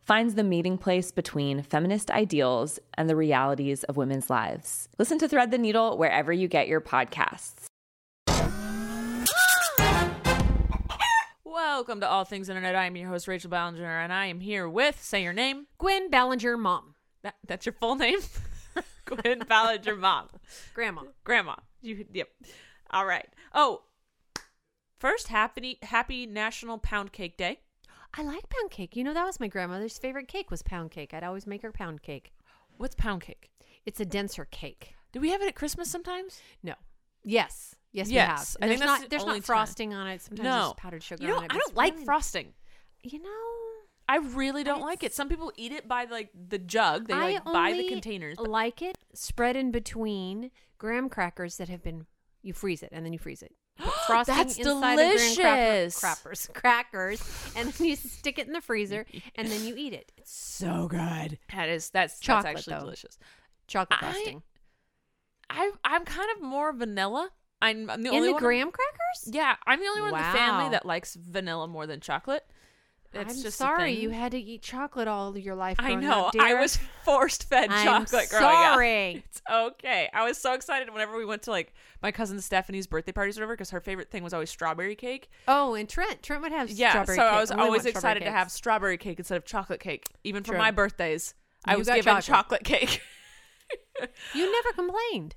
finds the meeting place between feminist ideals and the realities of women's lives. Listen to Thread the Needle wherever you get your podcasts. Welcome to All Things Internet. I am your host, Rachel Ballinger, and I am here with, say your name. Gwen Ballinger mom. That, that's your full name? Gwen Ballinger Mom. Grandma. Grandma. You, yep. All right. Oh, first, happy, happy National Pound Cake Day. I like pound cake. You know that was my grandmother's favorite cake was pound cake. I'd always make her pound cake. What's pound cake? It's a denser cake. Do we have it at Christmas sometimes? No. Yes. Yes, we Yes. have. I there's think that's the not there's only not time. frosting on it. Sometimes no. there's powdered sugar You know, on it. I but don't it's like really- frosting. You know, I really don't like it. It's- Some people eat it by like the jug. They I like buy the only containers. but- Like it spread in between graham crackers that have been you freeze it and then you freeze it. You put frosting That's inside of graham delicious. cracker, crackers, crackers, and then you stick it in the freezer and then you eat it. It's so good. that is that's, that's Chocolate, actually though. delicious. Chocolate I- frosting. I I'm kind of more vanilla. I'm, I'm the in only the one. graham crackers? Yeah, I'm the only one in the family Wow. that likes vanilla more than chocolate. That's I'm just a sorry thing. you had to eat chocolate all your life. I growing know. up, I dear. was forced fed I'm chocolate growing up. sorry. It's okay. I was so excited whenever we went to like my cousin Stephanie's birthday parties or whatever because her favorite thing was always strawberry cake. Oh, and Trent, Trent would have Yeah, so strawberry cake. I was really always want strawberry excited to cakes. have strawberry cake instead of chocolate cake. Even for True. my birthdays, I You was got given chocolate, chocolate. cake. You never complained.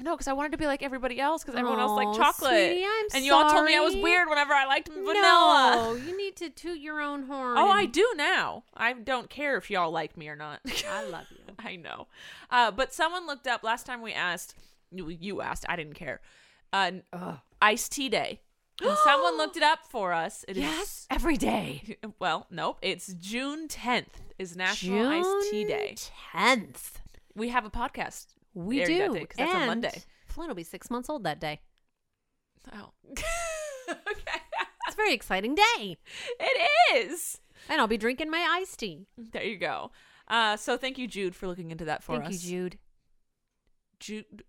no, because I wanted to be like everybody else because everyone else liked Aw, chocolate. sweetie, I'm and you all told me I was sorry. weird whenever I liked vanilla. No, you need to toot your own horn. Oh, I and- do now. I don't care if y'all like me or not. I love you. I know. Uh, but someone looked up last time we asked, you, you asked, I didn't care. Uh, iced tea day. And someone looked it up for us. It is Yes, every day. well, nope. It's June 10th is National Iced Tea Day. Tenth. We have a podcast. We airing do. that day, 'cause that's and a Monday. Flynn will be six months old that day. Oh. okay. It's a very exciting day, It is. and I'll be drinking my iced tea. There you go. Uh, so thank you, Jude, for looking into that for Thank us. you, Jude. Jude.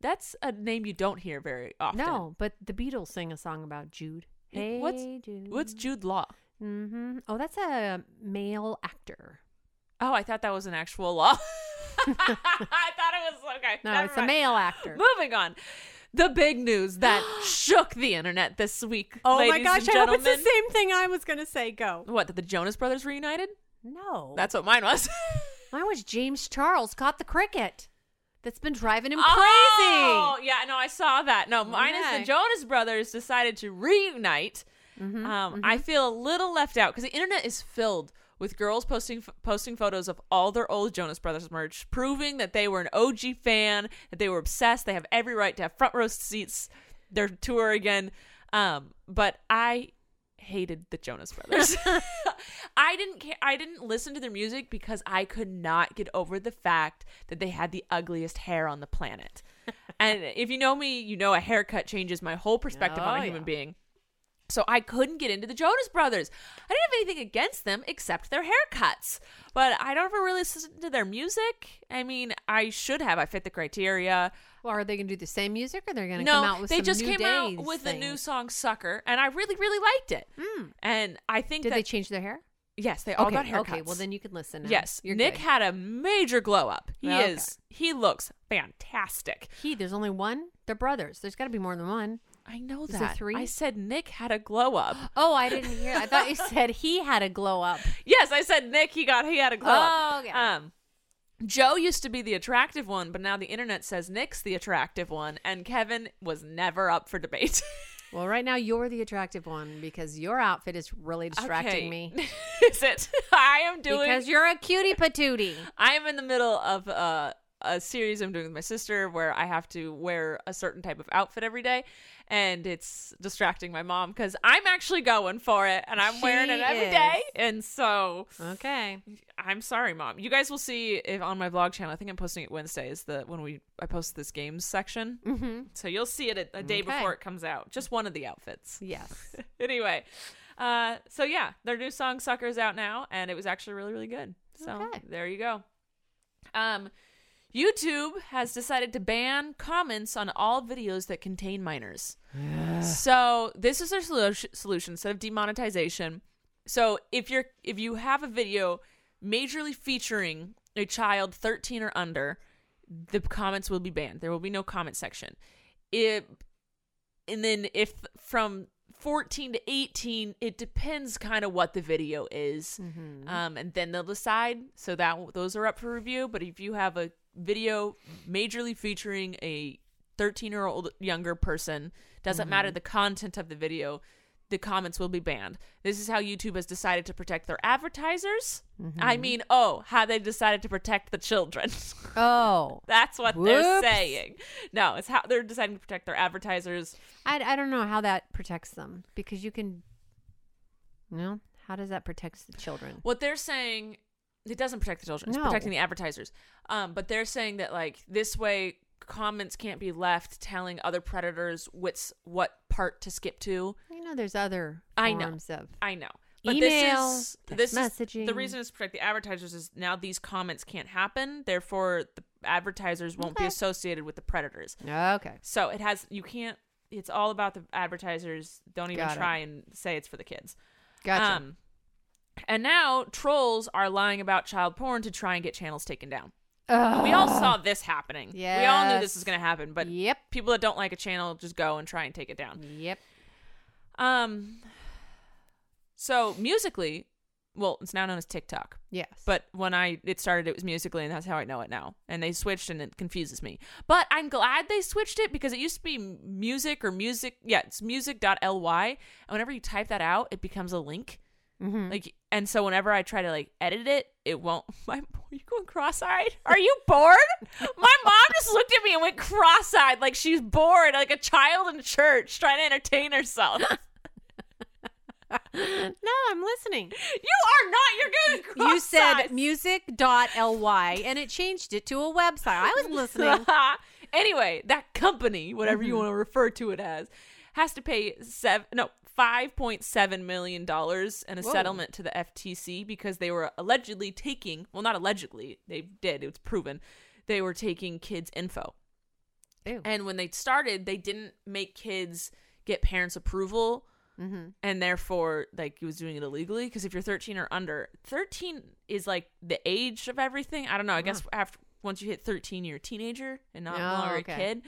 That's a name you don't hear very often. No, but the Beatles sing a song about Jude. Hey, what's Jude. what's Jude Law? Mm-hmm. Oh, that's a male actor. Oh, I thought that was an actual law. I thought it was okay. No, never it's a mind. male actor. Moving on. The big news that shook the internet this week. Oh ladies and gentlemen. same thing I was gonna say. Go. What, that the Jonas Brothers reunited? No, That's what mine was. mine was James Charles caught the cricket. That's been driving him crazy. Oh, yeah, no, I saw that. No, mine is the Okay. Jonas Brothers decided to reunite. Mhm, um, I feel a little left out because the internet is filled with girls posting f- posting photos of all their old Jonas Brothers merch, proving that they were an OG fan, that they were obsessed. They have every right to have front row seats. Their tour again, um, but I hated the Jonas Brothers. I didn't care. I didn't listen to their music because I could not get over the fact that they had the ugliest hair on the planet. and if you know me, you know a haircut changes my whole perspective on Oh, a human yeah. being. So I couldn't get into the Jonas Brothers. I didn't have anything against them except their haircuts, but I don't ever really listen to their music. I mean, I should have. I fit the criteria. Well, are they going to do the same music or they're going to No, come out with they some just new came out days with the new things? song "Sucker," and I really, really liked it. Mm. And I think Did that they change their hair? yes, they all okay, got haircuts. Okay, well then you can listen. Now. yes, You're Nick good. Oh, had a major glow up. He Okay. is. He looks fantastic. he. There's only one. They're brothers. There's got to be more than one. I know Is there that. three? I said Nick had a glow up. Oh, I didn't hear. I thought you said he had a glow up. Yes, I said Nick. He got he had a glow up. Oh, okay. Um, Joe used to be the attractive one, but now the internet says Nick's the attractive one, and Kevin was never up for debate. Well, right now you're the attractive one because your outfit is really distracting Okay. me. is it? I am doing. Because you're a cutie patootie. I am in the middle of uh, a series I'm doing with my sister where I have to wear a certain type of outfit every day, and it's distracting my mom because I'm actually going for it, and I'm wearing it She every day. is. and so Okay. I'm sorry, mom. You guys will see if on my vlog channel. I think I'm posting it Wednesday. Is the when we I post this games section, Mm-hmm. so you'll see it a, a day Okay. before it comes out. Just one of the outfits. Yes. anyway, uh, so yeah, their new song "Sucker" is out now, and it was actually really, really good. So Okay. there you go. Um, YouTube has decided to ban comments on all videos that contain minors. So this is their solu- solution instead of demonetization. So if you're if you have a video majorly featuring a child 13 or under, the comments will be banned. There will be no comment section. It and then if from 14 to 18, it depends kind of what the video is. Um, and then they'll decide. So that those are up for review. But if you have a video majorly featuring a 13 year old younger person, doesn't matter the content of the video, the comments will be banned. This is how YouTube has decided to protect their advertisers. I mean, oh, how they decided to protect the children. Oh, That's what they're Whoops. saying. No, it's how they're deciding to protect their advertisers. I, I don't know how that protects them because you can. You know, how does that protect the children? What they're saying, it doesn't protect the children. It's No. protecting the advertisers. Um, but they're saying that like this way, comments can't be left telling other predators what's what part to skip to. You know, there's other I know. forms of. I know. Email, this Is, text the messaging. reason it's to protect the advertisers is now these comments can't happen. Therefore, the advertisers won't be Okay. associated with the predators. Okay. So it has you can't. It's all about the advertisers. Don't even Got it. try and say it's for the kids. Gotcha. Um, and now trolls are lying about child porn to try and get channels taken down. We all saw this happening. We all knew this was Yes. going to happen, but Yep. people that don't like a channel just go and try and take it down. Yep. Um, so musically, well, it's now known as TikTok, Yes. but when I it started, it was musically, and that's how I know it now. And they switched, and it confuses me. But I'm glad they switched it because it used to be music or music. Yeah, it's music.ly, and whenever you type that out, it becomes a link. Mhm. Like, and so whenever I try to like edit it, it won't. My, are you going cross-eyed? Are you bored? My mom just looked at me and went cross-eyed, like she's bored, like a child in church trying to entertain herself. no, I'm listening. you are not. You're going You said cross-eyed. music.ly and it changed it to a website. I was listening. Mm-hmm. anyway, that company, whatever you want to refer to it as, has to pay seven no five point seven million dollars in a Whoa. settlement to the FTC because they were allegedly taking well not allegedly, they did, it's proven, they were taking kids' info. Ew. And when they started, they didn't make kids get parents' approval Mm-hmm. and therefore like he was doing it illegally because if you're 13 or under 13 is like the age of everything i don't know i guess after once you hit 13 you're a teenager and not no Oh, longer a okay. kid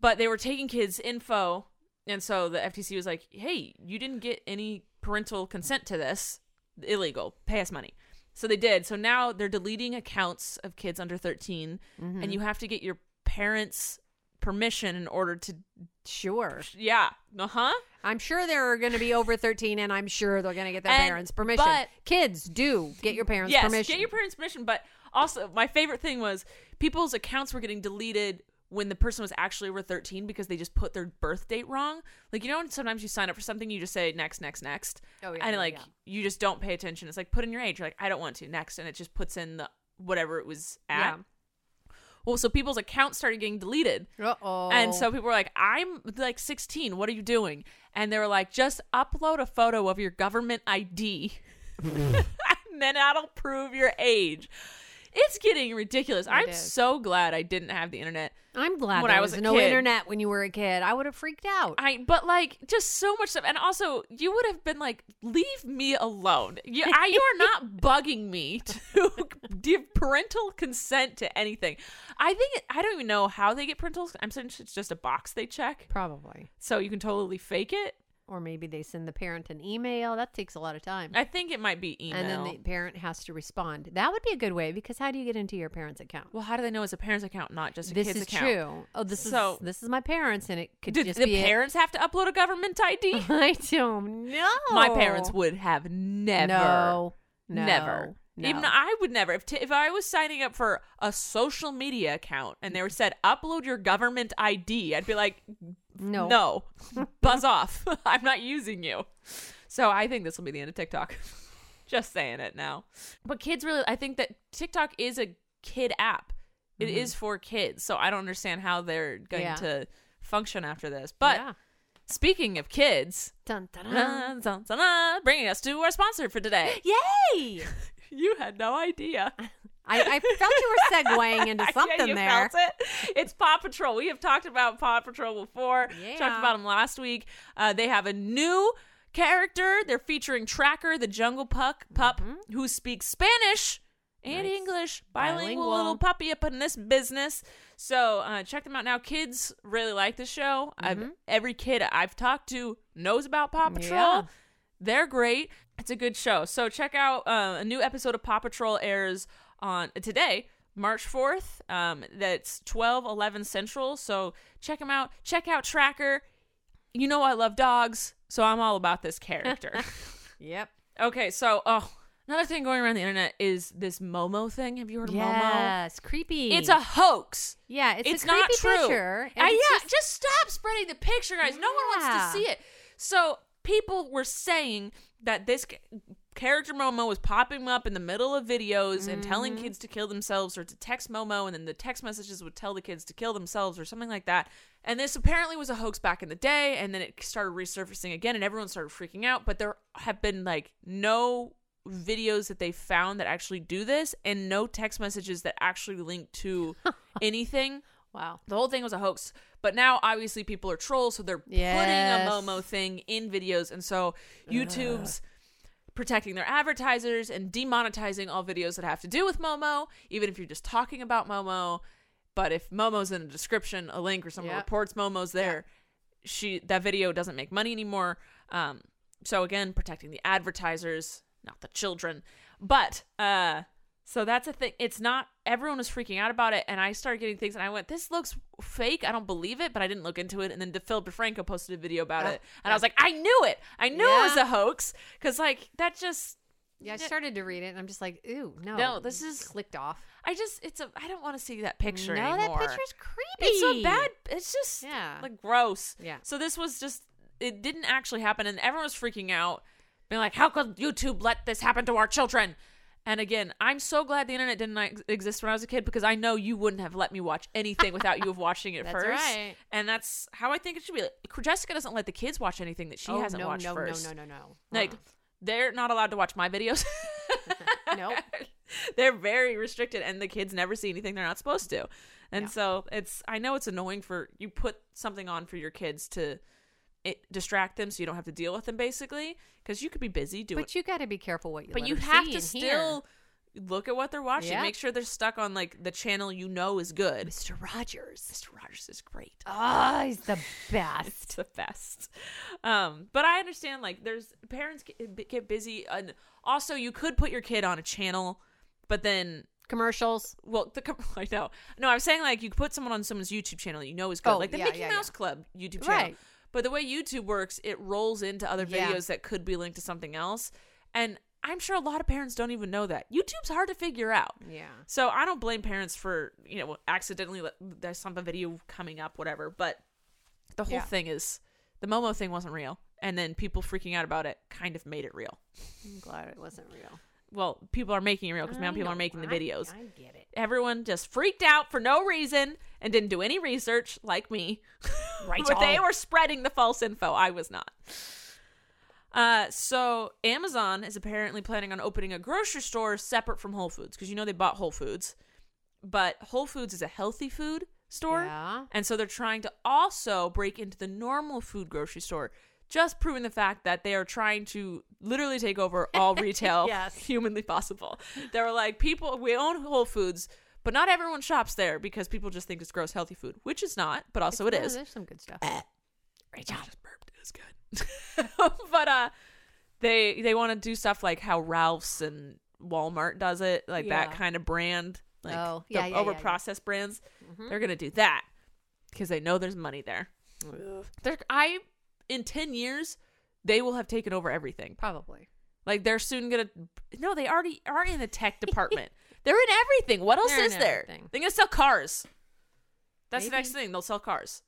but they were taking kids info and so the ftc was like hey you didn't get any parental consent to this illegal pay us money so they did so now they're deleting accounts of kids under 13 and you have to get your parents permission in order to Sure. yeah uh-huh I'm sure there are going to be over 13, and I'm sure they're going to get their And- parents' permission. but- Kids do get your parents' yes, permission. get your parents' permission. But also, my favorite thing was people's accounts were getting deleted when the person was actually over 13 because they just put their birth date wrong. Like, you know, when sometimes you sign up for something, you just say next, next, next. Oh, yeah, And yeah, like, yeah. you just don't pay attention. It's like, put in your age. You're like, I don't want to. Next. And it just puts in the whatever it was at. Yeah. Well, so people's accounts started getting deleted. Uh-oh. And so people were like, I'm like 16. What are you doing? And they were like, just upload a photo of your government ID. and then that'll prove your age. It's getting ridiculous. I'm is. so glad I didn't have the internet. I'm glad when there I was, was a no kid- internet when you were a kid. I would have freaked out. I but like just so much stuff. And also, you would have been like, leave me alone. You, I, you are not bugging me to give parental consent to anything. I think it, I don't even know how they get parental. I'm saying it's just a box they check, Probably. so you can totally fake it. Or maybe they send the parent an email. That takes a lot of time. I think it might be email. And then the parent has to respond. That would be a good way because how do you get into your parent's account? well, how do they know it's a parent's account, not just a this kid's is account? true. Oh, this So- is this is my parents, and it could Did just the be a- parents have to upload a government ID? I don't know. My parents would have never. No, no, Never. no. Even I would never. If, t- if I was signing up for a social media account and they were said upload your government ID, I'd be like, no, no, buzz off. I'm not using you. So I think this will be the end of TikTok. Just saying it now. But kids really, I think that TikTok is a kid app. It is for kids. So I don't understand how they're going Mm-hmm. Yeah. to function after this. But Yeah. speaking of kids, Dun, dun, dun. dun, dun, dun, dun, bringing us to our sponsor for today. Uh-huh. yay! you had no idea. I, I felt you were segueing into yeah, something you there. Felt it. It's Paw Patrol. We have talked about Paw Patrol before. Yeah. Talked about them last week. Uh, they have a new character. They're featuring Tracker, the jungle puck pup, who speaks Spanish. And Mm-hmm. Nice. English, bilingual, Bilingual. little puppy up in this business. So uh, check them out now. Kids really like the show. I've, every kid I've talked to knows about Paw Patrol. Yeah. They're great. It's a good show. So check out uh, a new episode of Paw Patrol airs on today, March 4th. Um, that's 12, 11 Central. So check them out. Check out Tracker. You know I love dogs, so I'm all about this character. Yep. okay, so oh, another thing going around the internet is this Momo thing. Have you heard of Momo? Yes, creepy. It's a hoax. yeah. It's, It's, a creepy not true. picture. and Uh, it's yeah, just- just, stop spreading the picture, guys. No one Yeah. wants to see it. So people were saying that this ca- character Momo was popping up in the middle of videos and telling Mm-hmm. kids to kill themselves or to text Momo, and then the text messages would tell the kids to kill themselves or something like that. And this apparently was a hoax back in the day, and then it started resurfacing again, and everyone started freaking out. But there have been like no videos that they found that actually do this, and no text messages that actually link to anything wow. the whole thing was a hoax. But now, obviously, people are trolls, so they're Yes. putting a Momo thing in videos, and so YouTube's protecting their advertisers and demonetizing all videos that have to do with Momo, even if you're just talking about Momo. But if Momo's in a description, a link, or someone Yep. reports Momo's there, she that video doesn't make money anymore. Um, so again, protecting the advertisers, not the children. But uh, so that's a thing. It's not everyone was freaking out about it, and I started getting things, and I went, "This looks fake. I don't believe it." But I didn't look into it, and then Phil DeFranco posted a video about Ah, it, and I was like, "I knew it. I knew it was Yeah. a hoax." Because like that just Yeah, I started to read it, and I'm just like, ooh, no. No, this is- clicked off. I just it's a I don't want to see that picture no, anymore. that picture's creepy. It's so bad. It's just Yeah. like gross. Yeah. So this was just it didn't actually happen, and everyone was freaking out, being like, "How could YouTube let this happen to our children?" And again, I'm so glad the internet didn't ex- exist when I was a kid because I know you wouldn't have let me watch anything without you of watching it That's first. right. And that's how I think it should be. Jessica doesn't let the kids watch anything that she oh, hasn't no, watched no, first. No, no, no, no. Like they're not allowed to watch my videos. Uh-uh. nope. they're very restricted and the kids never see anything they're not supposed to and Yeah. so it's i know it's annoying for you put something on for your kids to it, distract them so you don't have to deal with them basically because you could be busy doing But you got to be careful what you. but let you them have see to and hear. still look at what they're watching Yeah. make sure they're stuck on like the channel you know is good Mr. Rogers. mr rogers is great Ah, he's the best. it's the best. Um, but I understand like there's parents get, get busy and also you could put your kid on a channel, but then Commercials. well the com- I know no I'm saying like you could put someone on someone's YouTube channel you know is good Oh, like the yeah, Mickey yeah, Mouse yeah. Club YouTube channel. Right. But the way YouTube works, it rolls into other Yeah. videos that could be linked to something else, and I'm sure a lot of parents don't even know that YouTube's hard to figure out. Yeah. So I don't blame parents for you know accidentally let- there's some video coming up whatever, but the whole Yeah. thing is the Momo thing wasn't real, and then people freaking out about it kind of made it real. I'm glad it wasn't real. well, people are making it real because now people are making the videos. I, get it. Everyone just freaked out for no reason and didn't do any research, like me. Right, but they y'all. were spreading the false info. I was not. Uh, so Amazon is apparently planning on opening a grocery store separate from Whole Foods because you know they bought Whole Foods, but Whole Foods is a healthy food store, Yeah. and so they're trying to also break into the normal food grocery store. Just proving the fact that they are trying to literally take over all retail Yes. humanly possible. They were like, people, we own Whole Foods, but not everyone shops there because people just think it's gross healthy food, which is not, but also It's- it no, is. There's some good stuff. Rachel just burped. It was good. but uh, they they want to do stuff like how Ralph's and Walmart does it, like that Yeah. kind of brand, like Oh, the yeah, Mm-hmm. yeah, yeah, yeah. over processed brands. They're gonna do that because they know there's money there. They're, I in ten years they will have taken over everything. Probably. Like they're soon gonna. No, they already are in the tech department. they're in everything. What else They're in is there? everything. They're gonna sell cars. That's the Maybe. next thing. They'll sell cars.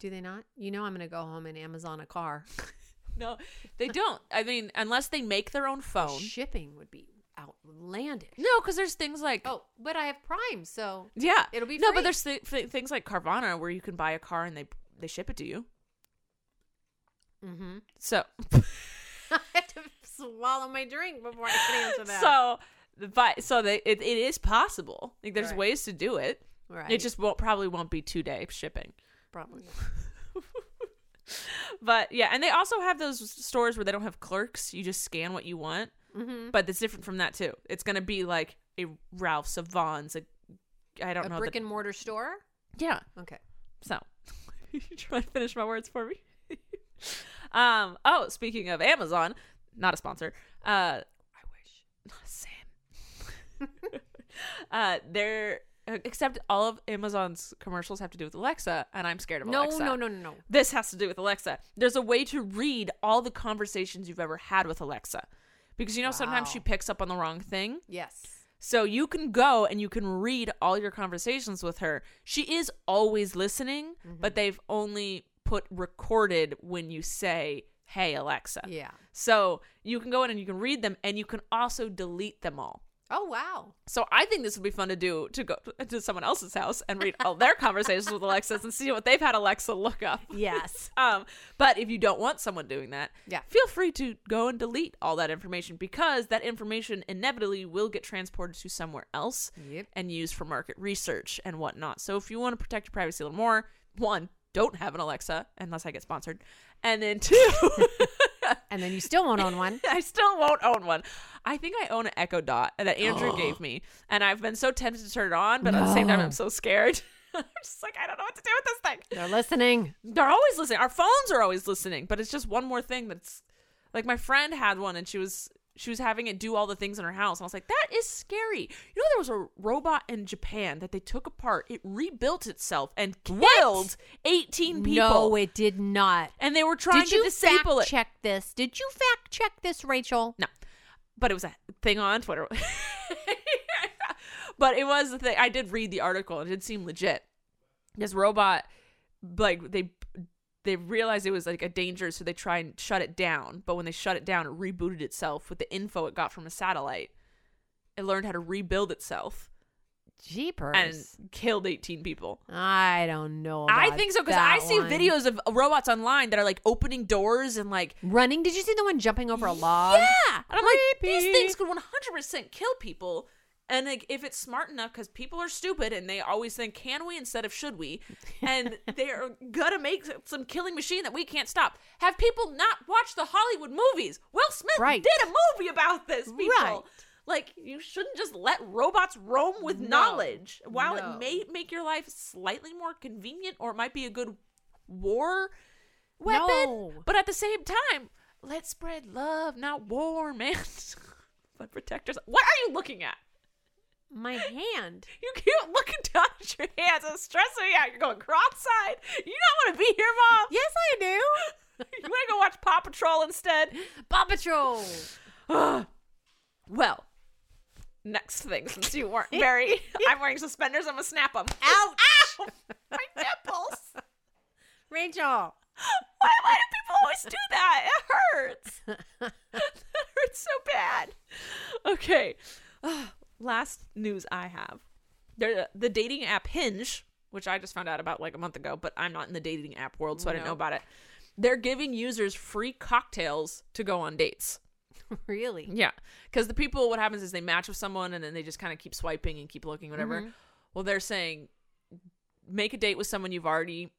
Do they not? You know, I'm going to go home and Amazon a car. No, they don't. I mean, unless they make their own phone. Shipping would be outlandish. No, because there's things like Oh, but I have Prime, so yeah, it'll be no, free. but there's th- th- things like Carvana where you can buy a car and they they ship it to you. Mhm. So I have to swallow my drink before I can answer that. so but so they it, it is possible. Like there's Right. ways to do it. right. It just won't probably won't be two day shipping. probably But yeah, and they also have those stores where they don't have clerks. You just scan what you want. Mm-hmm. But it's different from that too. It's gonna be like a Ralph's, a Vaughn's, a I don't a know. brick the, and mortar store. yeah. Okay. So, you try to finish my words for me. um. Oh, speaking of Amazon, not a sponsor. Uh, I wish. Not a Sam. uh, they're except all of Amazon's commercials have to do with Alexa, and I'm scared of No, Alexa. no, no, no, no. This has to do with Alexa. There's a way to read all the conversations you've ever had with Alexa. Because you know sometimes Wow. she picks up on the wrong thing. Yes. So you can go and you can read all your conversations with her. She is always listening, but they've only put recorded when you say, "Hey Alexa." Yeah. So you can go in and you can read them and you can also delete them all. Oh wow. So I think this would be fun to do to go to someone else's house and read all their conversations with Alexas and see what they've had Alexa look up. Yes. Um, but if you don't want someone doing that, Yeah. feel free to go and delete all that information because that information inevitably will get transported to somewhere else Yep. and used for market research and whatnot. So if you want to protect your privacy a little more, one, don't have an Alexa unless I get sponsored, and then two, And then you still won't own one. I still won't own one. I think I own an Echo Dot that Andrew gave me, and I've been so tempted to turn it on, but at the same time, I'm so scared. I'm just like I don't know what to do with this thing. They're listening. They're always listening. Our phones are always listening, but it's just one more thing that's like my friend had one and she was she was having it do all the things in her house. And I was like, that is scary. You know, there was a robot in Japan that they took apart. It rebuilt itself and killed 18 people. No, it did not. and they were trying Did to you disable fact it. check this? Did you fact check this, Rachel? No. But it was a thing on Twitter. but it was the thing. I did read the article. It did seem legit. This robot, like they they realized it was like a danger, so they try and shut it down. But when they shut it down, it rebooted itself with the info it got from a satellite. It learned how to rebuild itself Jeepers. and killed 18 people. I don't know. I about think so because I Oh that see one. videos of robots online that are like opening doors and like running. Did you see the one jumping over a log? Yeah, and I'm like, these Creepy. things could 100% kill people. And like, if it's smart enough, because people are stupid and they always think, "Can we?" instead of "Should we?" and they are gonna make some killing machine that we can't stop. Have people not watch the Hollywood movies? Will Smith Right. did a movie about this. People, Right. like, you shouldn't just let robots roam with No. knowledge. While No. it may make your life slightly more convenient, or it might be a good war weapon. No. But at the same time, let's spread love, not war, man. but protect yourself. What are you looking at? My hand. You keep looking down at your hands. It's stressing me out. You're going cross-eyed. You don't want to be here, mom. Yes, I do. You want to go watch Paw Patrol instead? Paw Patrol. Well, next thing, since you weren't very, I'm wearing suspenders. I'm gonna snap them. Ouch. Ow! My nipples. Rachel. Why, why do people always do that? It hurts. that hurts so bad. Okay. last news I have, there the dating app Hinge, which I just found out about like a month ago, but I'm not in the dating app world, so I didn't know No. about it. They're giving users free cocktails to go on dates. really? Yeah, because the people, what happens is they match with someone and then they just kind of keep swiping and keep looking, whatever. Mm-hmm. Well, they're saying make a date with someone you've already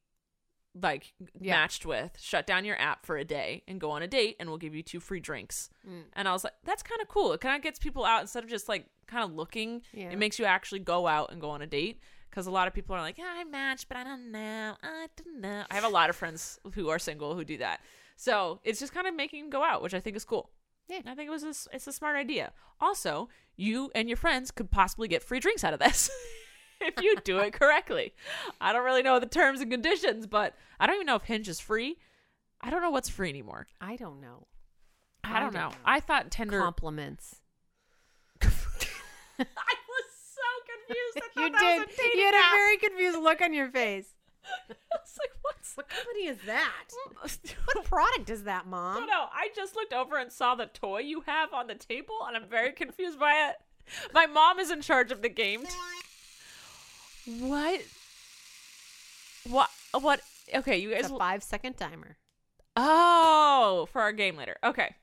like Yeah. matched with, shut down your app for a day, and go on a date, and we'll give you two free drinks. Mm. And I was like, that's kind of cool. It kind of gets people out instead of just like kind of looking. Yeah. It makes you actually go out and go on a date. Because a lot of people are like, yeah, I matched, but I don't know. I don't know. I have a lot of friends who are single who do that. So it's just kind of making them go out, which I think is cool. Yeah. I think it was a, s- it's a smart idea. Also, you and your friends could possibly get free drinks out of this if you do it correctly. I don't really know the terms and conditions, but I don't even know if Hinge is free. I don't know what's free anymore. I don't know. I don't know. I thought Tinder. Compliments. I was so confused. I thought You that did. was a dating You had a app. very confused look on your face. I was like, what's? What company is that? I What product is that, don't Mom? know. I just looked over and saw the toy you have on the table, and I'm very confused by it. My mom is in charge of the game. What? What? What? Okay, you guys. It's a five second timer. Oh, for our game later. Okay.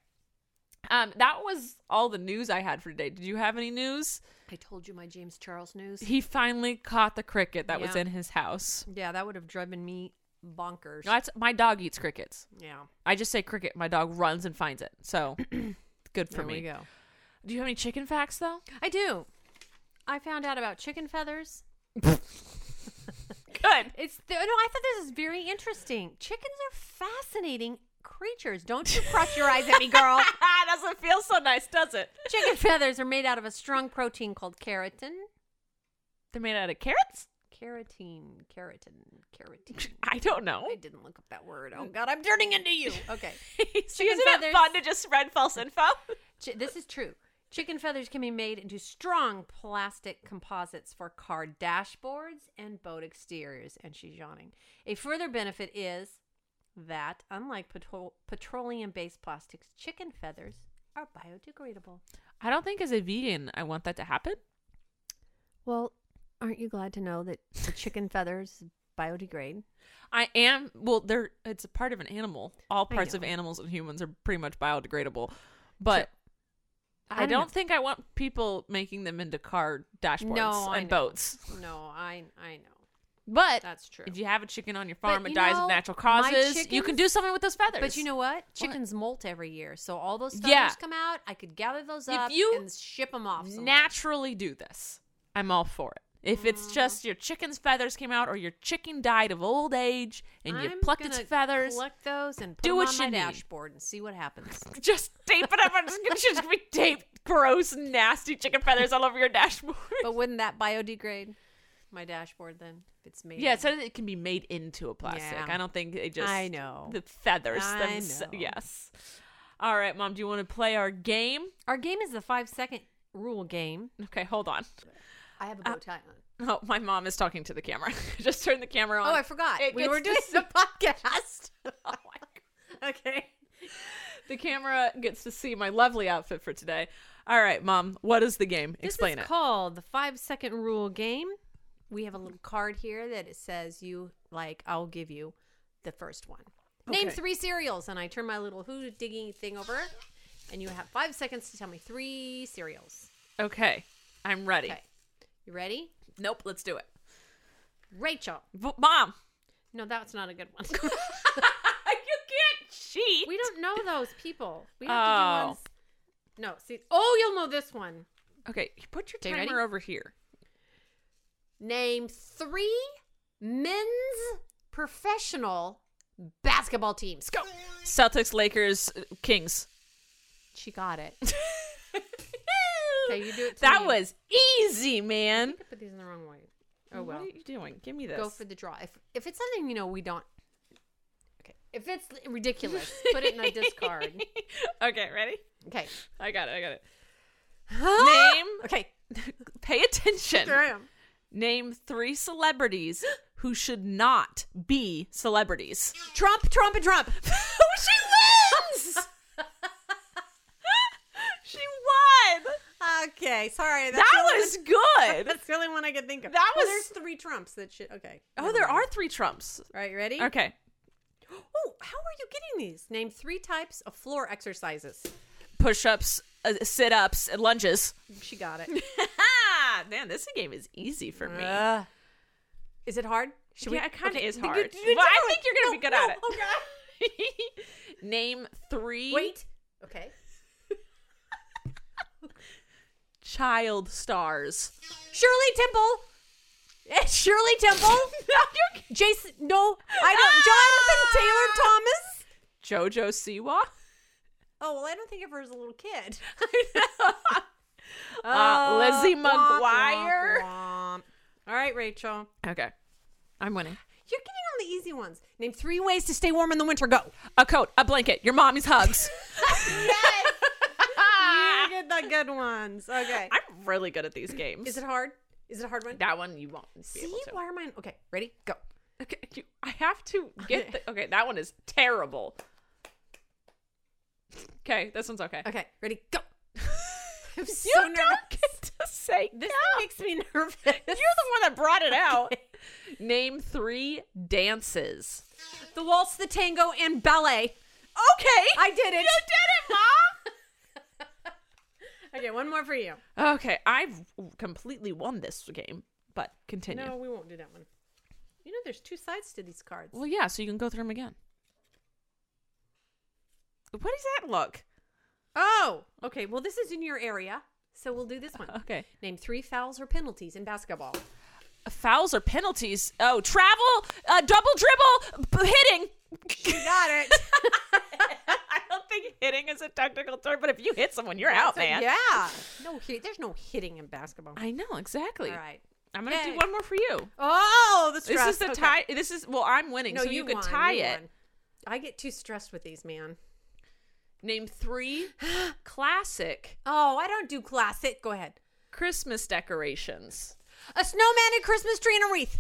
Um, that was all the news I had for today. Did you have any news? I told you my James Charles news. He finally caught the cricket that was Yeah. in his house. Yeah, that would have driven me bonkers. That's my dog eats crickets. yeah. I just say cricket. My dog runs and finds it. So good for there me. we go. Do you have any chicken facts though? I do. I found out about chicken feathers. Good. It's th- no, I thought this is very interesting. Chickens are fascinating creatures. Don't you cross your eyes at me, girl. Doesn't feel so nice, does it? Chicken feathers are made out of a strong protein called keratin. They're made out of carrots. Keratin, keratin, keratin. I don't know. I didn't look up that word. Oh God, I'm turning into you. Okay. See, isn't it feathers. fun to just spread false info? Chi- this is true. Chicken feathers can be made into strong plastic composites for car dashboards and boat exteriors. And she's yawning. A further benefit is that, unlike petro- petroleum based plastics, chicken feathers are biodegradable. I don't think as a vegan I want that to happen. Well, aren't you glad to know that the chicken feathers biodegrade? I am well. They're it's a part of an animal. All I parts of know. animals and humans are pretty much biodegradable, but I, I don't, don't know. think I want people making them into car dashboards No, I and know. boats. No, I I know. But That's true. if you have a chicken on your farm But and you dies know, of natural my causes, you can chickens- do something with those feathers. But you know what? Chickens molt every year, so all those feathers Yeah. come out. I could gather those If up you and ship them off. somewhere. naturally do this. I'm all for it. If it's just your chicken's feathers came out or your chicken died of old age and you I'm plucked its gonna feathers, Collect those and put Do them what on you my need. dashboard and see what happens. just tape it up. and it's gonna- just gonna be taped, gross, nasty chicken feathers all over your dashboard. but wouldn't that biodegrade my dashboard then? If it's made. Yeah, it of- says it can be made into a plastic. Yeah. I don't think it just. I know. The feathers. I thems- know. Yes. All right, Mom, do you want to play our game? our game is the five second rule game. Okay, hold on. I have a bow tie on. Oh, my mom is talking to the camera. just turn the camera on. Oh, I forgot. It we gets were doing to- the podcast. Oh, my God. okay. The camera gets to see my lovely outfit for today. All right, Mom, what is the game? Explain this is it. called the five second rule game. We have a little card here that it says you like. I'll give you the first one. Name Okay. three cereals, and I turn my little who digging thing over, and you have five seconds to tell me three cereals. okay, I'm ready. Okay, you ready, Nope, let's do it. Rachel? V- Mom, No, that's not a good one. you can't cheat. we don't know those people. We have Oh. to do ones. No, see. Oh, you'll know this one. Okay, put your Okay, ready? timer over here. Name three men's professional basketball teams. Go. Celtics, Lakers, uh, Kings. She got it. okay, you do it to That me. was easy, man. I put these in the wrong way. Oh well. What are you doing? Give me this. Go for the draw. If if it's something you know we don't. Okay. If it's ridiculous, put it in a discard. okay, ready? Okay. I got it. I got it. Name. Ah! Okay. Pay attention. There I am. Name three celebrities who should not be celebrities. Trump, Trump, and Trump. she wins. she won. Okay. Okay, sorry. That's the that only was good. That's the only one I could think of. That Well, was- there's three trumps that should. Okay. Oh, never there mind. are three trumps. All right, ready? Okay. Oh, how are you getting these? Name three types of floor exercises. Push ups, uh, sit ups, and lunges. She got it. Man, this game is easy for me. Ugh. is it hard? Should yeah, it kind of is you- hard. you- you well, I tell think it. you're going to No, be good no, at it. oh, God. Name three Wait. Okay. child stars. Shirley Temple. Eh, Shirley Temple. Jason. No, I don't. Jonathan Ah! Taylor Thomas. Jojo Siwa. Oh well, I don't think of her as a little kid. Uh, Lizzie womp, womp, McGuire. womp. All right, Rachel. Okay. I'm winning. You're getting all the easy ones. Name three ways to stay warm in the winter. Go. A coat, a blanket, your mommy's hugs. Yes. Ah. you get the good ones. Okay. I'm really good at these games. Is it hard? Is it a hard one? that one you won't be See, able to. why are mine? Okay, ready? Go. Okay, you, I have to get the. Okay, that one is terrible. Okay, this one's okay. Okay, ready? Go. I'm so You nervous. don't get to say This no. makes me nervous. You're You're the one that brought it out. Name three dances. the waltz, the tango, and ballet. Okay. I did You it. did it, Okay, one more for you. Mom. okay, I've completely won this game, but continue. No, we won't do that one. You know, there's two sides to these cards. Well, yeah, so you can go through them again. What is that look? Oh, okay. Well, this is in your area, so we'll do this one. Okay. Name three fouls or penalties in basketball. Fouls or penalties? Oh, travel, uh, double dribble, b- hitting. You got it. I don't think hitting is a technical term, but if you hit someone, you're out, So, man. yeah. No, hit- there's no hitting in basketball. I know exactly. All right. I'm gonna Yay. do one more for you. Oh, the This stress. is the Okay. tie. This is well, I'm winning, No, so you, could won, tie you it. won. I get too stressed with these, man. Name three classic Oh, I don't do classic. Go ahead. Christmas decorations. A snowman, a Christmas tree, and a wreath.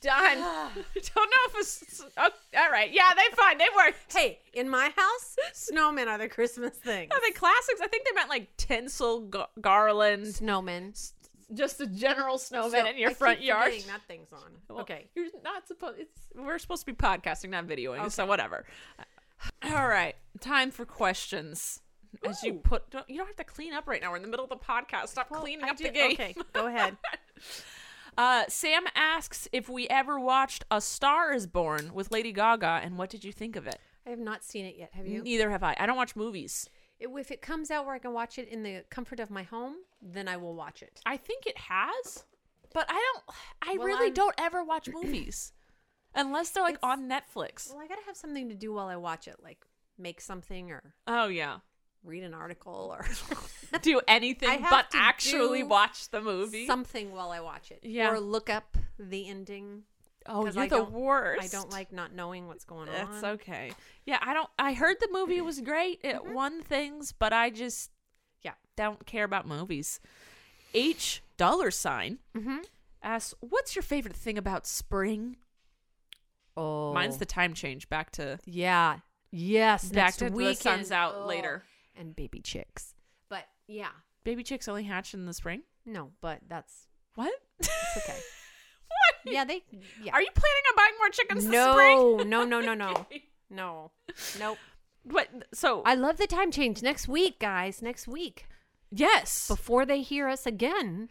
Done. don't know if it's oh, all right. Yeah, they fine. They work. Hey, in my house, snowmen are the Christmas thing. Are they classics? I think they meant like tinsel ga- garland, Snowmen. just a general snowman So, in your I front keep yard. forgetting That thing's on. Well, okay. You're not supposed it's we're supposed to be podcasting, not videoing, so whatever. Uh, All right. Time for questions. As you put don't, you don't have to clean up right now. We're in the middle of the podcast. Stop cleaning I up the did- game. Okay, go ahead. Uh, Sam asks if we ever watched A Star is Born with Lady Gaga and what did you think of it? I have not seen it yet. Have you? Neither have I. I don't watch movies. It- If it comes out where I can watch it in the comfort of my home, then I will watch it. I think it has, but I don't I Well, really I'm- don't ever watch movies. Unless they're like It's- on Netflix. Well, I gotta have something to do while I watch it, like make something or Oh yeah. read an article or do I anything have but to actually do watch the movie. something while I watch it. Yeah. Or look up the ending. oh, 'cause you're I the don't- worst. I don't like not knowing what's going on. That's okay. Yeah, I don't. I heard the movie was great. It Mm-hmm. won things, but I just Yeah. don't care about movies. H dollar sign Mhm. asks, "What's your favorite thing about spring?" Oh. Mine's the time change. Back to Yeah. Yes. Back next to the weekend. sun's out later. And baby chicks. But yeah. baby chicks only hatch in the spring. No, but that's What? it's okay. what? yeah, they yeah. Are you planning on buying more chickens this no, spring? no, no, no, no. No. Nope. What? So I love the time change. Next week, guys. Next week. yes, Before they hear us again.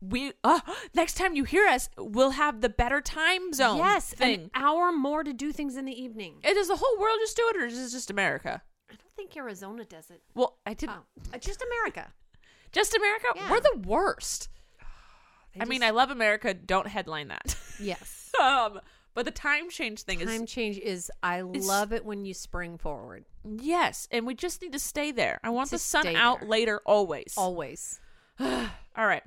we uh, next time you hear us, we'll have the better time zone. yes. Oh, thing. An hour more to do things in the evening. And does the whole world just do it, or is it just America? I don't think Arizona does it. Well, I didn't. Oh. Uh, Just America. Just America. Yeah. We're the worst. They I mean, I just- love America. Don't headline that. Yes. um, but the time change thing Time is change is I It's- love it when you spring forward. yes, and we just need to stay there. I want To the sun stay out there. later always. Always. All right.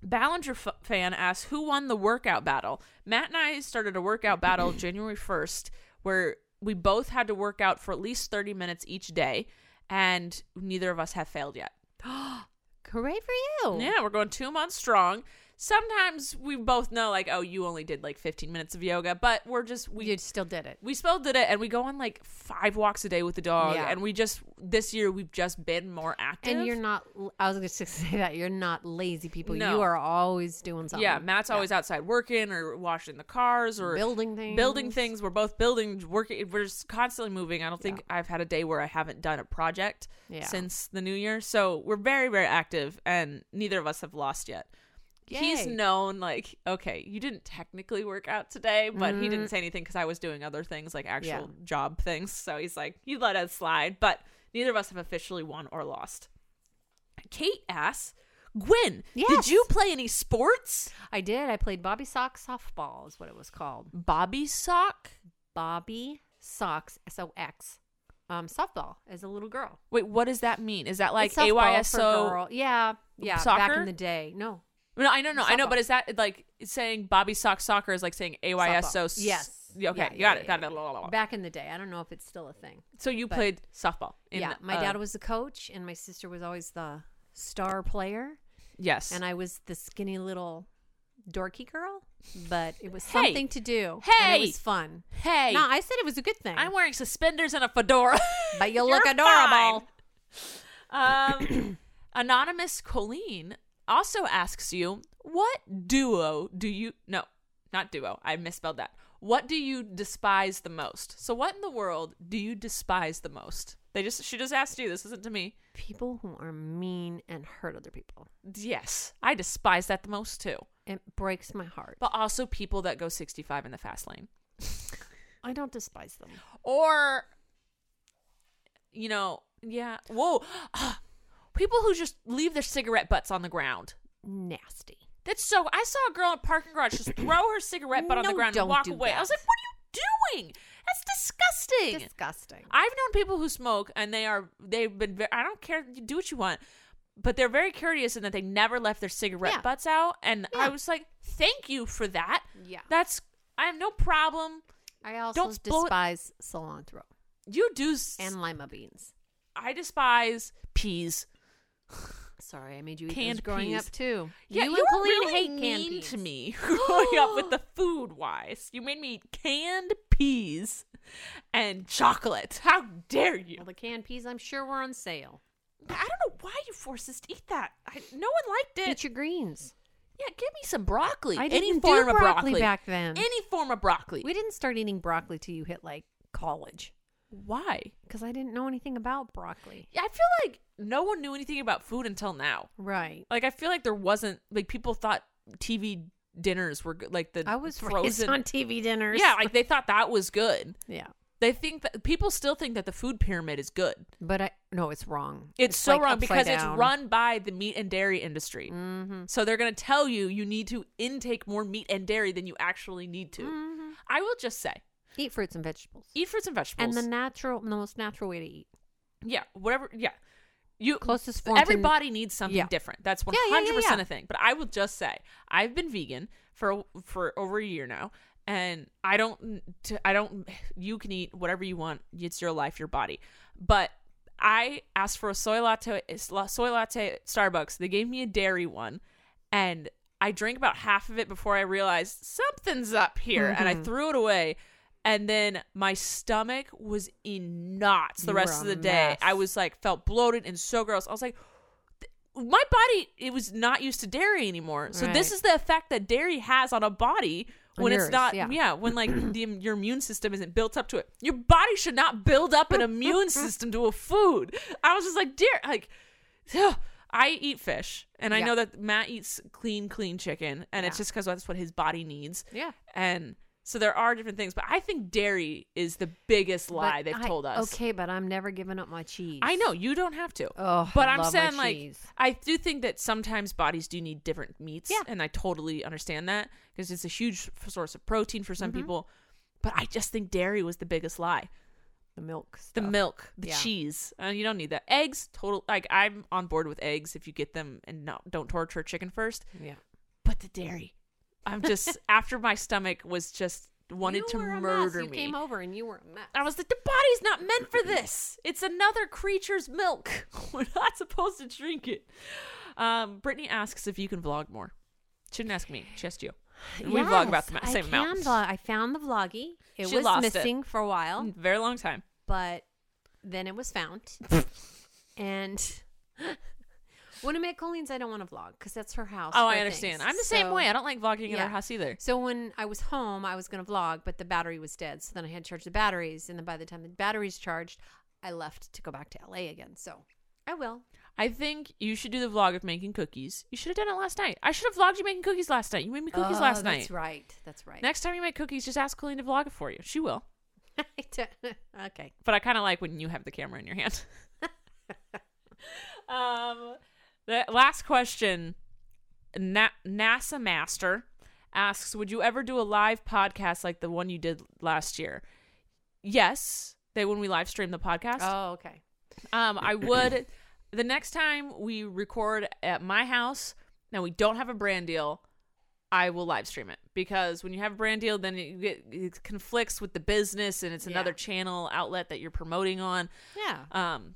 Ballinger f- fan asks who won the workout battle. Matt and I started a workout battle January 1st where we both had to work out for at least 30 minutes each day and neither of us have failed yet. Hooray for you. Yeah, we're going 2 months strong. sometimes we both know like oh you only did like 15 minutes of yoga but we're just we you still did it. we still did it and we go on like five walks a day with the dog Yeah. and we just this year we've just been more active And you're not. I was just to say that you're not lazy people. No. You are always doing something. yeah matt's always outside working or washing the cars or building things. building things we're both building working we're just constantly moving i don't think i've had a day where i haven't done a project Yeah. since the new year so we're very very active and neither of us have lost yet he's Yay. known like okay you didn't technically work out today but he Mm-hmm. didn't say anything because i was doing other things like actual job things so he's like you let us slide but neither of us have officially won or lost kate asks gwen did Yes. you play any sports I did. I played Bobby Sock softball is what it was called. bobby sock Bobby Socks S O X. Um, softball as a little girl. wait what does that mean is that like It's softball for ayso girl. Yeah, yeah. Back Soccer? in the day, no. No, I know, no, I know, Softball. but is that like saying Bobby Sock Soccer is like saying AYSO? Softball. Yes. Yeah, Okay, Yeah, you yeah, got it. yeah, got it. blah, blah, blah. Back in the day, I don't know if it's still a thing. so you but- played softball. in, yeah, my uh, dad was the coach, and my sister was always the star player, Yes. and I was the skinny little dorky girl. But it was Hey. something to do. and Hey. it was fun. hey, No, I said it was a good thing. I'm wearing suspenders and a fedora. but you You're look adorable. fine. Um, anonymous Colleen also asks you, what duo do you? No, not duo. I misspelled that. What do you despise the most? So, what in the world do you despise the most? They just she just asked you. This isn't to me. People who are mean and hurt other people. Yes, I despise that the most too. It breaks my heart. But also people that go 65 in the fast lane. I don't despise them. Or, you know, yeah. Whoa. ah, people who just leave their cigarette butts on the ground. Nasty. That's so. I saw a girl in a parking garage just throw her cigarette butt on the No, ground and don't walk do away. I that. was like, what are you doing? That's disgusting. Disgusting. I've known people who smoke and they are they've been very, I don't care you do what you want, but they're very curious in that they never left their cigarette Yeah. butts out and I Yeah. was like, "Thank you for that." Yeah. That's I have no problem. I also Don't blow it- despise cilantro You do s- and lima beans. I despise peas. Sorry, I made you eat Canned those growing peas. up too. Yeah, you, and were Colleen really hate canned mean peas. to me growing up with the food wise. You made me eat canned peas and chocolate. How dare you? Well, the canned peas I'm sure were on sale. I don't know why you forced us to eat that. I, no one liked it. Eat your greens. Yeah, give me some broccoli. I Any didn't do form of broccoli broccoli back then. Any form of broccoli. We didn't start eating broccoli till you hit like college Why? because I didn't know anything about broccoli. Yeah, I feel like no one knew anything about food until now. Right. Like I feel like there wasn't like people thought TV dinners were good. Like the I was raised frozen. on TV dinners. yeah, like they thought that was good. yeah. They think that people still think that the food pyramid is good. But I no, it's wrong. It's, so like, wrong upside because down. Mm-hmm. it's run by the meat and dairy industry. So they're going to tell you you need to intake more meat and dairy than you actually need to. I will just say, Eat fruits and vegetables. eat fruits and vegetables. Mm-hmm. And the natural, the most natural way to eat. Yeah, whatever. Yeah, you Closest form to- Everybody needs something Yeah. different. That's one Yeah, yeah, yeah, hundred percent yeah. a thing. But I will just say, I've been vegan for for over a year now, and I don't t- I don't. You can eat whatever you want. It's your life, your body. But I asked for a soy latte, soy latte at Starbucks. They gave me a dairy one, and I drank about half of it before I realized something's up here, and I Mm-hmm. threw it away. And then my stomach was in knots the You rest of were a the day. mess. I was like, felt bloated and so gross. I was like, th- my body, it was not used to dairy anymore. So this Right. is the effect that dairy has on a body On when it's yours, not, yeah. yeah. when like the, your immune system isn't built up to it. Your body should not build up an immune system to a food. I was just like, dear, like, I eat fish, and I Yeah. know that Matt eats clean, clean chicken, and it's Yeah. just because that's what his body needs. Yeah. And so there are different things, but I think dairy is the biggest lie But they've I- told us. Okay, but I'm never giving up my cheese. I know you don't have to. Oh, but I I'm love my saying like cheese. I do think that sometimes bodies do need different meats, Yeah. and I totally understand that because it's a huge f- source of protein for Mm-hmm. some people. But I just think dairy was the biggest lie. the milk. The stuff. milk, the Yeah. cheese. Uh, you don't need that. Eggs, total. Like I'm on board with eggs if you get them and not don't torture chicken first. Yeah. But the dairy, I'm just after my stomach was just wanted You to were a mess. murder You me. came over and you were a mess. I was like, the body's not meant for this. It's another creature's milk. We're not supposed to drink it. Um, Brittany asks if you can vlog more. She didn't ask me. She asked you. And we vlog about the ma- Yes, same I can amount. Vlog. I found the vloggy. It She was lost it. missing for a while, Very long time. but then it was found. and when I'm at Colleen's, I don't want to vlog because that's her house. Oh, her I things. understand. I'm the same So- way. I don't like vlogging in Yeah. our house either. So when I was home, I was going to vlog, but the battery was dead. So then I had to charge the batteries, and then by the time the batteries charged, I left to go back to LA again. So I will. I think you should do the vlog of making cookies. You should have done it last night. I should have vlogged you making cookies last night. You made me cookies Oh, last night. That's right. That's right. Next time you make cookies, just ask Colleen to vlog it for you. She will. I don't- okay. But I kind of like when you have the camera in your hand. um, the last question. Na- NASA Master asks, "Would you ever do a live podcast like the one you did last year?" Yes, they when we live stream the podcast. Oh, okay. Um, I would. the next time we record at my house, now we don't have a brand deal. I will live stream it because when you have a brand deal, then it, get, it conflicts with the business, and it's Yeah. another channel outlet that you're promoting on. Yeah. Um,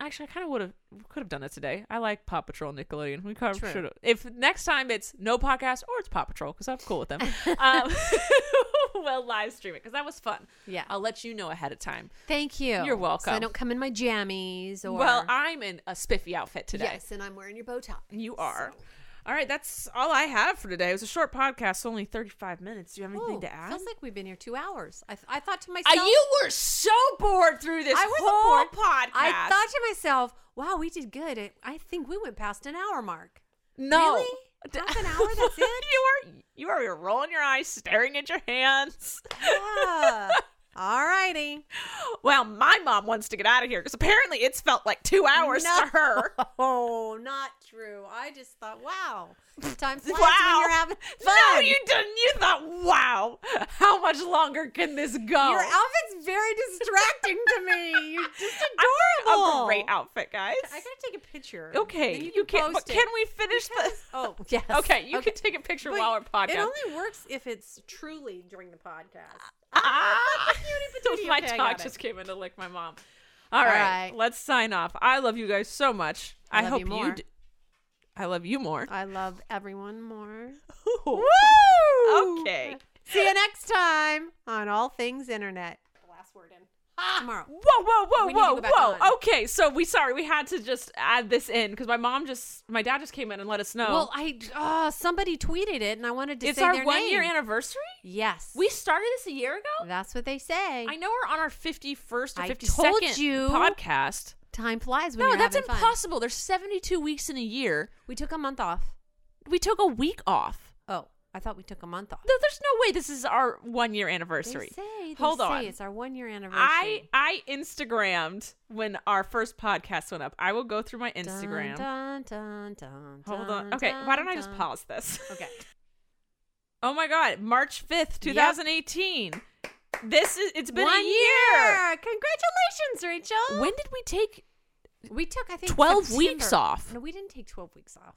actually, I kind of would have could have done it today. I like Paw Patrol, Nickelodeon. We kind True. should have. If next time it's no podcast or it's Paw Patrol, because I'm cool with them. um, well, live stream it because that was fun. Yeah. I'll let you know ahead of time. Thank you. You're So I welcome. don't come in my jammies or. Well, I'm in a spiffy outfit today. Yes, and I'm wearing your bow tie. You are. All right, that's all I have for today. It was a short podcast, only 35 minutes. Do you have anything Oh, to add? Feels like we've been here two hours. I, th- I thought to Uh, myself. you were so bored through this I was whole bored. podcast. I thought to myself, wow, we did good. I- I think we went past an hour mark. no. Really? Half an hour, that's it? you were you were rolling your eyes, staring at your hands. Yeah. Ah, All righty. Well, my mom wants to get out of here because apparently it's felt like two hours to her. Oh, not true. I just thought, wow, time flies Wow. when you're having fun. No, you didn't. You thought, wow, how much longer can this go? Your outfit's very distracting to me. You're just I'm wearing adorable. a great outfit, guys. I gotta take a picture. Okay, Then you, you can can't. But post it. can we finish this? Oh yes. Okay, you can take a picture But while we're podcasting. It only works if it's truly during the podcast. ah! patootie. my Okay, I dog got it. just came in to lick my mom. All right, right. let's sign off. I love you guys so much. I I, love hope you more. Uh, d- I love you more. I love everyone more. Woo! Okay. See you next time on All Things Internet. The last word in tomorrow. Whoa, whoa, whoa, We need to whoa, go back whoa. on. Okay, so we sorry we had to just add this in because my mom just my dad just came in and let us know. Well, I oh, somebody tweeted it, and I wanted to it's say our their one name. year anniversary. Yes, We started this a year ago. That's what they say. I know we're on our fifty first or I fifty told second you. podcast. Time flies when No, you're that's having fun. impossible. There's 72 weeks in a year. We took a month off. We took a week off. Oh, I thought we took a month off. No, there's no way this is our one year They anniversary. say, they Hold say on. it's our one year anniversary. I I Instagrammed when our first podcast went up. I will go through my Dun, Instagram. Dun, dun, dun, Hold dun, on. Okay, why don't I dun, just dun. pause this? Okay. Oh my god, March 5th, 2018. This is it's been one a year. Congratulations, Rachel. When did we take we took, I think, 12 weeks September- off. No, we didn't take twelve weeks off.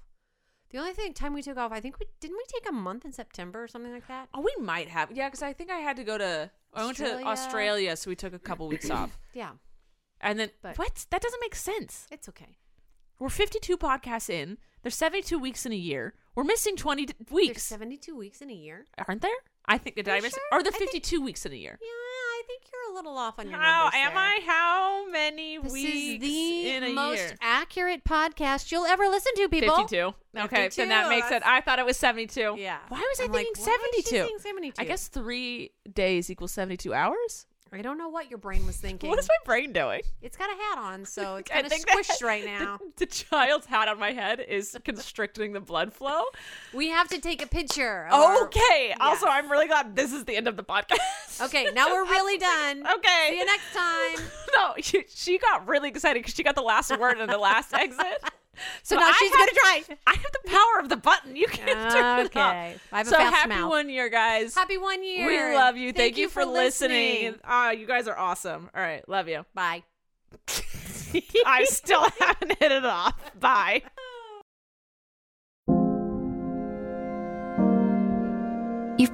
The only thing time we took off, I think we didn't we take a month in September or something like that. Oh, we might have. Yeah, cuz I think I had to go to I went to Australia. Australia, so we took a couple weeks off. Yeah, And then But- what? That doesn't make sense. it's okay. We're 52 podcasts in. There's 72 weeks in a year. We're missing 20 d- There's weeks, 72 weeks in a year. aren't there? I think did Are I you miss? sure? Are there I think- 52 weeks in a year? Yeah, I think you're a little off on your How numbers. am there. I? How many This weeks is the in a most year? accurate podcast you'll ever listen to, people. 52. Okay, then that 52, makes it. that's- I thought it was 72. Yeah. Why was i I'm like, thinking why is she 72? saying 72? I guess three days equals 72 hours. I don't know what your brain was thinking. What is my brain doing? It's got a hat on, so it's I kind of think that- squished right the- now. The, child's hat on my head is constricting the blood flow. We have to take a picture. of our- Okay. Also, Yes. I'm really glad this is the end of the podcast. Okay, now we're really done. Okay. See you next time. No, she, she got really excited because she got the last word and the last exit. So now she's gonna try. I have the power of the button. You can't turn it off. Okay. I have a so fast happy mouth. one year, guys. Happy one year. We love you. Thank, you, for listening. Ah, you guys are awesome. All right, love you. Bye. I still haven't hit it off. Bye. You've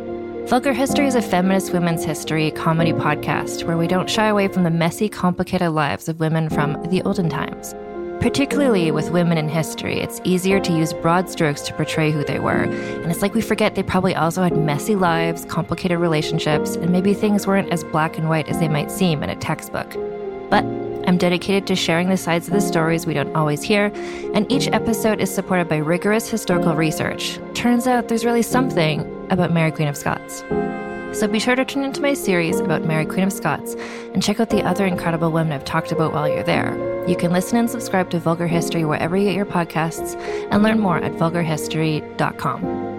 Vulgar History is a feminist women's history comedy podcast where we don't shy away from the messy, complicated lives of women from the olden times. Particularly with women in history, it's easier to use broad strokes to portray who they were, and it's like we forget they probably also had messy lives, complicated relationships, and maybe things weren't as black and white as they might seem in a textbook. But I'm dedicated to sharing the sides of the stories we don't always hear, and each episode is supported by rigorous historical research. Turns out there's really something about Mary Queen of Scots. So be sure to tune into my series about Mary Queen of Scots and check out the other incredible women I've talked about while you're there. You can listen and subscribe to Vulgar History wherever you get your podcasts and learn more at vulgarhistory.com.